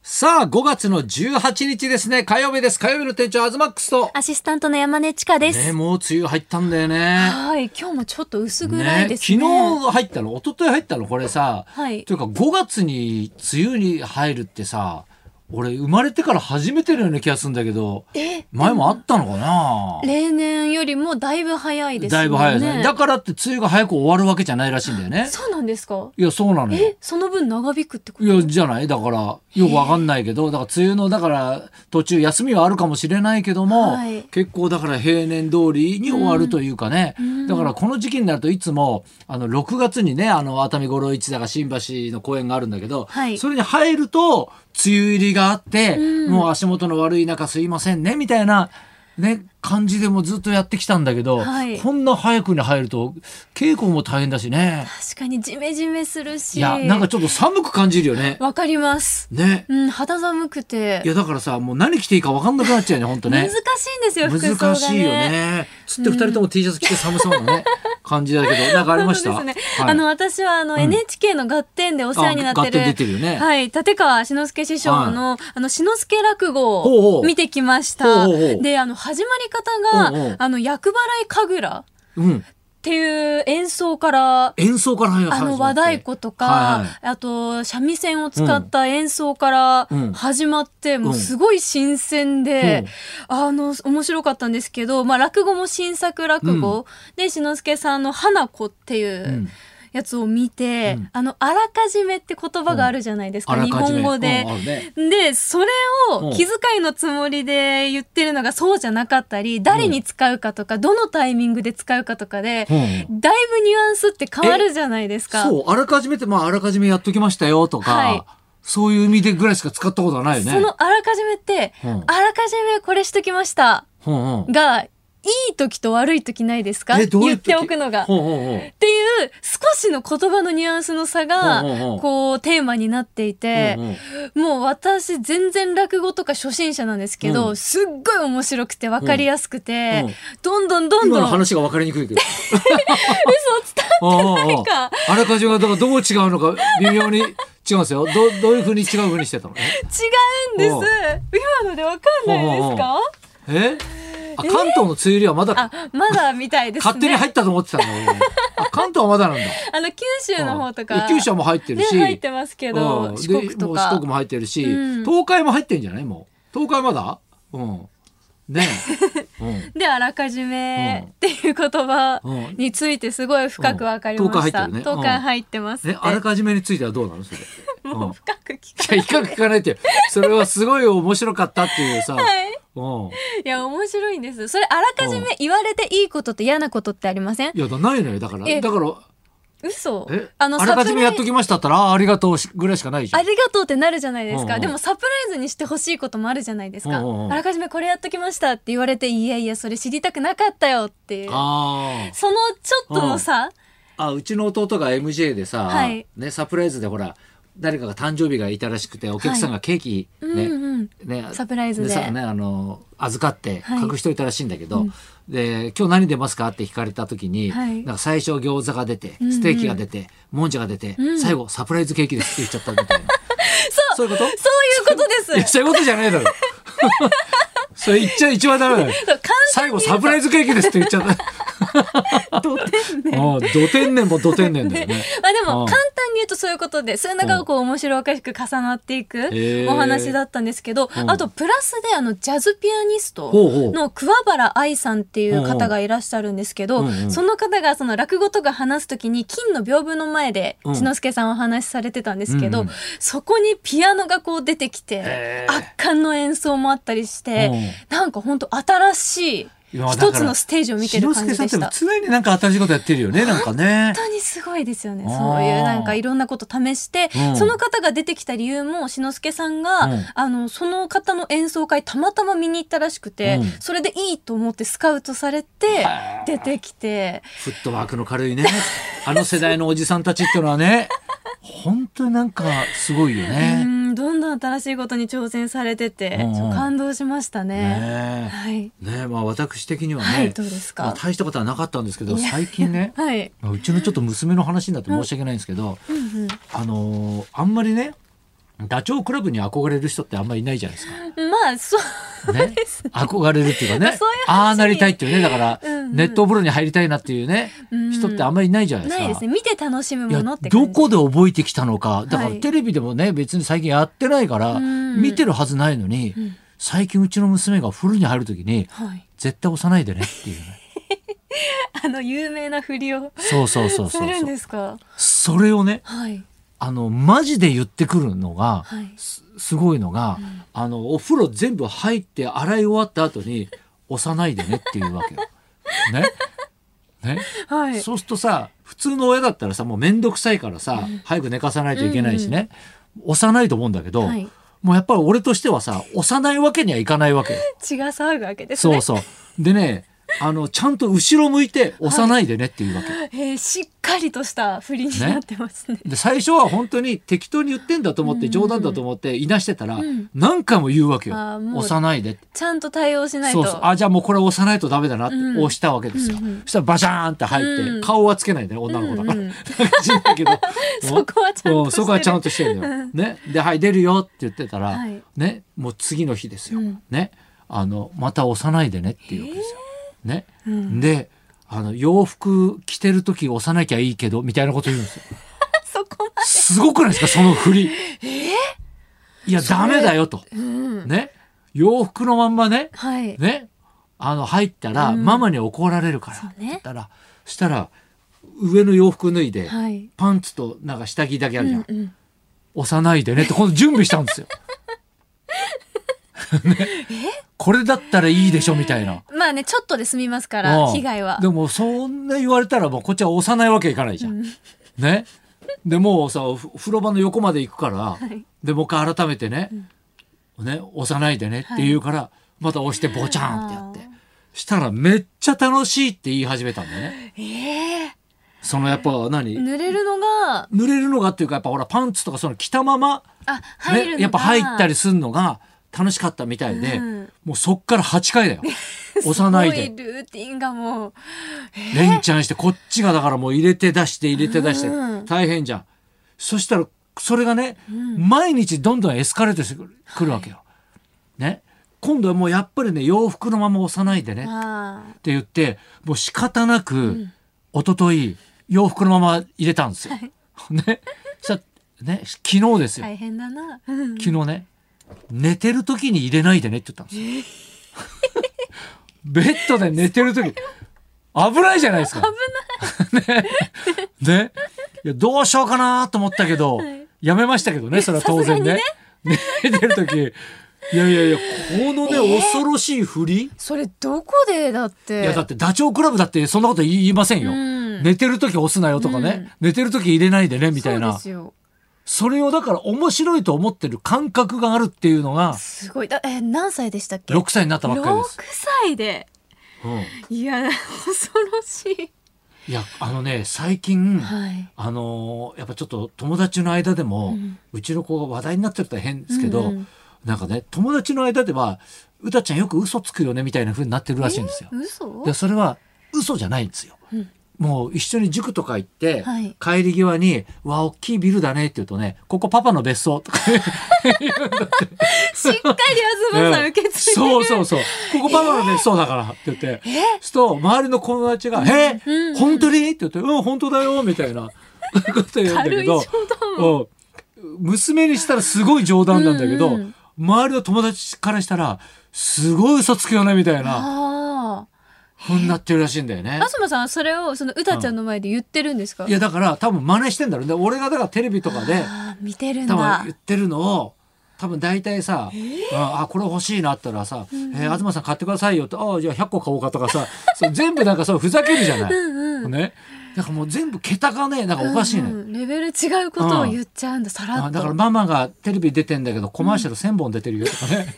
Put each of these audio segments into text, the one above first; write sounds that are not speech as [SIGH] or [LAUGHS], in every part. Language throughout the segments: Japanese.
さあ、5月の18日ですね。火曜日です。火曜日の店長、アズマックスと。アシスタントの山根千佳です。ね、もう梅雨入ったんだよね。はい、今日もちょっと薄暗ねいで昨す日ね。入ったの一昨日入ったのこれさ。はいというか、5月に梅雨に入るってさ、俺、生まれてから初めてのような気がするんだけど、え前もあったのかな例年よりもだいぶ早いですね。だいぶ早いね。だからって梅雨が早く終わるわけじゃないらしいんだよね。そうなんですか。いや、そうなのよ。え、その分長引くってこと。いや、じゃないだから、よくわかんないけど、だから梅雨の、だから、途中休みはあるかもしれないけども、はい結構だから平年通りに終わるというかね、んだからこの時期になるといつも、あの、6月にね、あの、熱海五郎一だが新橋の公園があるんだけど、はいそれに入ると、梅雨入りがあって、うんもう足元の悪い中すいませんね、みたいな、ね、感じでもずっとやってきたんだけど、はいこんな早くに入ると、稽古も大変だしね。確かにジメジメするし。いや、なんかちょっと寒く感じるよね。わかります。ね。うん、肌寒くて。いやだからさもう何着ていいか分かんなくなっちゃうよね本当 [LAUGHS] 難ねしいんですよ。服装が難しいよ。ねつって二人とも T シャツ着て寒そうなね感じだけどなんかありましたそうですね。はいあの私はあの NHK の合点でお世話になってある。合点出てるよねはい、立川志の輔師匠の、あの志の輔落ほうほ語うを見てきました。ほうほうほうで、あの始まり方がほうほうあの役払い神楽っうんていう演奏から。演奏から始まあの和太鼓とか、はいはいあと三味線を使った演奏からうん始まって、もううんすごい新鮮で、あの面白かったんですけど、まあ、落語も新作落語、で志の輔さんの「花子」っていう、うんやつを見て、うんあの、あらかじめって言葉があるじゃないですか、あら日かじめ本語でうん。あるねで、それうんを気遣いのつもりで言ってるのがそうじゃなかったり、誰に使うかとか、どのタイミングで使うかとかで、うんだいぶニュアンスって変わるじゃないですか。そうあらかじめってまああらかじめやっときましたよとはいかそういう意味でぐらいしか使ったことはないよねそのあらかじめって、うんあらかじめこれしときましたうんうんが、いい時と悪い時ないですかえどうい言うっ時ておくのが。ほうほうほうっていう少しの言葉のニュアンスの差がうんうんうんこうテーマになっていてうんうんもう私全然落語とか初心者なんですけど、うんすっごい面白くて分かりやすくて、うんうんどんどんどん今どんの嘘を伝話が分かりにくい [LAUGHS] けどわあないかああらかじめがだからどう違うのか微妙に違うんですよ。どどういうふうに違うふうにしてたの？違うんです今ので分かんないですかえ？あ関東の梅雨入りはまだあまだみたいですね勝手に入ったと思って [LAUGHS] たんだ俺。あ関東はまだなんだ。あの九州の方とうんいかや九州はもう入ってるねし、入ってますけうどん四国でともう四か国も入ってるし、うん東海も入ってんじゃない？もう東海まだ？うん。ねえ。うん。であらかじめっていう言葉うんについてすごい深く分かりました、うん東海入ってるね東海入ってますっねて、あらかじめについてはどうなのそれ？うもんう。深く聞かいや、一回聞かないってよ。それはすごい面白かったっていうさ。ないうん。いや面白いんですそれあらかじめ言われていいことと嫌なことってありませんいや、だないのよ。だから、えだから、嘘えあのあらかじめやっとサプライきましたったらあーありがとうしぐらいしかないじゃあん。りがとうってなるじゃないですうんうかんでもサプライズにしてほしいこともあるじゃないですかうんうんうんあらかじめこれやっときましたって言われていやいやそれ知りたくなかったよっていうあーそのちょっとのさあうちの弟が MJ でさ、はいね、サプライズでほら誰かが誕生日がいたらしくてお客さんがケーキ、うんねうんねサプライズでさね、あの預かってはい隠しといたらしいんだけど、で今日何出ますかって聞かれた時に、はいなんか最初餃子が出てんうんステーキが出て、もんじゃが出て、うん最後サプライズケーキですって言っちゃったみたいな [LAUGHS] そそうういうことそういうこといでやすそういうことじゃないだろ [LAUGHS] それ言っちゃ一番ダメだよそう簡最後サプライズケーキですって言っちゃったああ、ど天然もど天然だよね。 [LAUGHS] まあでうもん簡単に言うとそういうことでそういうのがこう面白おかしく重なっていくへーお話だったんですけどうんあとプラスであのジャズピアニストほうほうの桑原愛さんっていう方がいらっしゃるんですけうどんうんその方がその落語とか話す時に金の屏風の前でうん千之助さんお話しされてたんですけうどんうんそこにピアノがこう出てきへてー圧巻の演奏もあったりしてうなんか本当新しいいやだから一つのステージを見てる感じ志でしの輔さんたって。常になんか新しいことやってる [LAUGHS] よね、なんかね。本当にすごいですよねあーそういうなんかいろんなこと試して、うんその方が出てきた理由も志の輔さんが、うんあのその方の演奏会たまたま見に行ったらしくて、うんそれでいいと思ってスカウトされてはあ出てきてフットワークの軽いね。あの世代のおじさんたちっていうのはね、本当になんかすごいようね。んどんどん新しいことに挑戦されてて、うんうんそう感動しましたね。ねはい、え。ねえ、まあ私的にはね、はい、どうですまあか、大したことはなかったんですけど、最近ね、はい、まあうちのちょっと娘の話になって申し訳ないんですけど、うんうんあのーあんまりねダチョウ倶楽部に憧れる人ってあんまりいないじゃないですか。ま [LAUGHS] あそうね、憧れるっていうかねそういう話ああなりたいっていうねだから、うんうんネット風呂に入りたいなっていうね、うん人ってあんまりいないじゃないですか。ないですね見て楽しむいやものって感じどこで覚えてきたのかだかはらいテレビでもね別に最近やってないからうん見てるはずないのに、ん最近うちの娘が風呂に入る時にはい絶対押さないでねっていう [LAUGHS] ねあの有名な振りをそうそうそうすそうるんそうですかそれをねはいあのマジで言ってくるのが、はいすすごいのが、あのお風呂全部入って洗い終わった後 [LAUGHS] に押さないでねっていうわけよ。ねね、はいそうするとさ普通の親だったらさもう面倒くさいからさ、早く寝かさないといけないしね、押さないと思うんだけど、はいもうやっぱり俺としてはさ押さないわけにはいかないわけ [LAUGHS] よ。血が騒ぐわけですそねうそうでねあのちゃんと後ろ向いて押さないでねっていうわけ。えーしっかりとした振りになってますねで最初は本当に適当に言ってんだと思って冗談だと思っていなしてたらん何回も言うわけよあ「ーもう押さないで」って。ちゃんと対応しないそとうそうあじゃあもうこれ押さないとダメだなってうん押したわけですよ、うんうんそしたらバシャーンって入って、うん顔はつけないんだよ女の子だから、うんうん [LAUGHS] なんか知んないけど [LAUGHS] そこはちゃんとしてるうそこはちゃんとしてるんだよ、ね、で「はい出るよ」って言ってたら、はいね、もう次の日ですよ、うんね、あのまた押さないでねっていうわけですよ。ねうんであの洋服着てる時押さなきゃいいけどみたいなこと言うんです [LAUGHS] よ。そこますごくないですかその振り。いやダメだよと。でうんね洋服のまんまねはいねあの入ったらうんママに怒られるから、そうってね言ったらしたら上の洋服脱いで、はいパンツとなんか下着だけあるじゃん、うんうん押さないで [LAUGHS] ねってこの準備したんですよ。ね、これだったらいいでしょみたいな。まあねちょっとで済みますからうん被害はでもそんな言われたらもうこっちは押さないわけいかないじゃん。ね。でもうさふ風呂場の横まで行くから、いでもう一回改めてね,、ね押さないでねって言うから、また押してボチャンってやってあしたらめっちゃ楽しいって言い始めたんだよね。ええそのやっぱ何、濡れるのが濡れるのがっていうかやっぱほらパンツとかその着たまま、あ入るのね、がやっぱ入ったりするのが楽しかったみたいで、うんもうそっから8回だ [LAUGHS] よ押さないですごいルーティンがもうレンチャンしてこっちがだからもう入れて出して入れて出してうん大変じゃん。そしたらそれがね、毎日どんどんエスカレートしてくる,、わけよ。ね今度はもうやっぱりね洋服のまま押さないでねっああて言ってもう仕方なく、一昨日洋服のまま入れたんですよ。 [LAUGHS] ねそしたらね昨日ですよ、大変だな、うん昨日ね寝てる時に入れないでねって言ったんですよ。ベッドで寝てる時危ないじゃないですか。 [LAUGHS] 危ない。ね。いやどうしようかなと思ったけど、やめましたけどねそれは当然ね。寝てる時いやいやいやこのね、恐ろしい振り。それどこでだっていやだってダチョウ倶楽部だってそんなこと言いませんよ。うん寝てる時押すなよとかね、寝てる時入れないでねみたいそうなですよそれをだから面白いと思ってる感覚があるっていうのがすごいだえ何歳でしたっけ6歳になったばっかりで六す。歳でうんいや [LAUGHS] 恐ろしいやあのね最近、いはいあのーやっぱちょっと友達の間でも、うちの子が話題になってると変ですけど、うんうんなんかね友達の間では「うたちゃんよく嘘つくよね」みたいな風になってるらしいんですよ。嘘でそれは嘘じゃないんですよ。うんもう一緒に塾とか行って、はい帰り際に「わあ大きいビルだね」って言うとね「ここパパの別荘」とかねしっかり東さん受け継いでる、そうそうそう。ここパパの別荘だからって言って。そう周りの友達が、えうん本当にって言って、うん、本当だよ、みたいなこと言うんだ軽けい冗ど、うん娘にしたらすごい冗談なんだけど、うんうん周りの友達からしたら、すごい嘘つくよね、みたいな、談あふうになってるらしいんだよねあ。東さんはそれをそのうたちゃんの前で言ってるんですかいや、だから多分真似してんだろうね。俺がだからテレビとかで、あー見てるん多分だ言ってるのを多分大体さ「ああこれ欲しいな」ったらさ「えー東さん買ってくださいよ」って「ああじゃあ100個買おうか」とかさ [LAUGHS] そう全部なんかそうふざけるじゃない。ね、だからもう全部桁がねなんかおかしいの、ようんうんレベル違うことを言っちゃうんださらっあとだからママがテレビ出てんだけどコマーシャル1,000本出てるよとかね、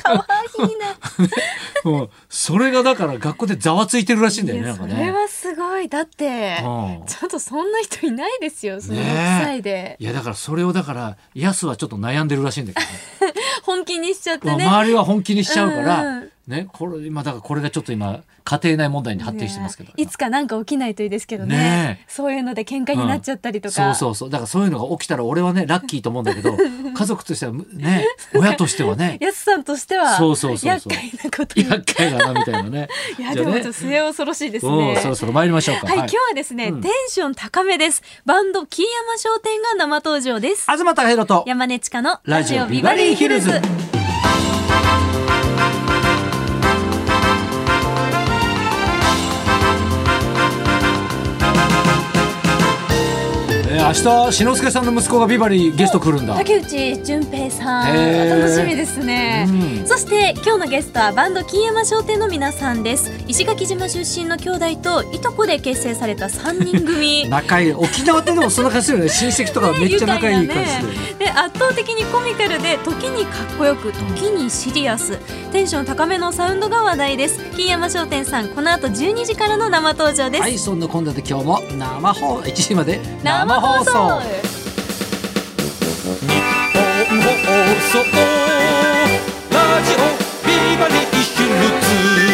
かわいいな [LAUGHS] うん、それがだから学校でざわついてるらしいんだよいねなやんかそれね。はすごいだってうんちょっとそんな人いないですよその6ねえ歳でいやだからそれをだからヤスはちょっと悩んでるらしいんだけどね、本気にしちゃってまあね周りは本気にしちゃうから、うんうんね、これ今だからこれがちょっと今家庭内問題に発展してますけどいつかなんか起きないといいですけどねねそういうので喧嘩になっちゃったりとか、そうそうそうだからそういうのが起きたら俺はねラッキーと思うんだ [LAUGHS] けど家族としてはね親としてはねやすさんとしてはそうそうそう厄そう介なことに厄介だなみたいなねいやじゃであもちねょっと末恐ろしいですおねうそろそろ参りましょうかはい、今日はですね、うんテンション高めですバンド金山商店が生登場です東隆弘と山根千佳のラジオビバリーヒルズえー明日篠介さんの息子がビバリーゲスト来るんだ竹内純平さんへー楽しみですね、うんそして今日のゲストはバンド金山商店の皆さんです石垣島出身の兄弟といとこで結成された3人組仲いい沖縄ってでもそんな感じだよね親戚とかめっちゃ仲いい感じで、で圧倒的にコミカルで時にかっこよく時にシリアステンション高めのサウンドが話題です金山商店さんこの後12時からの生登場です、はいそんな今度で今日も生放1時まで生放送日本放送ラジオビバリーヒルズ」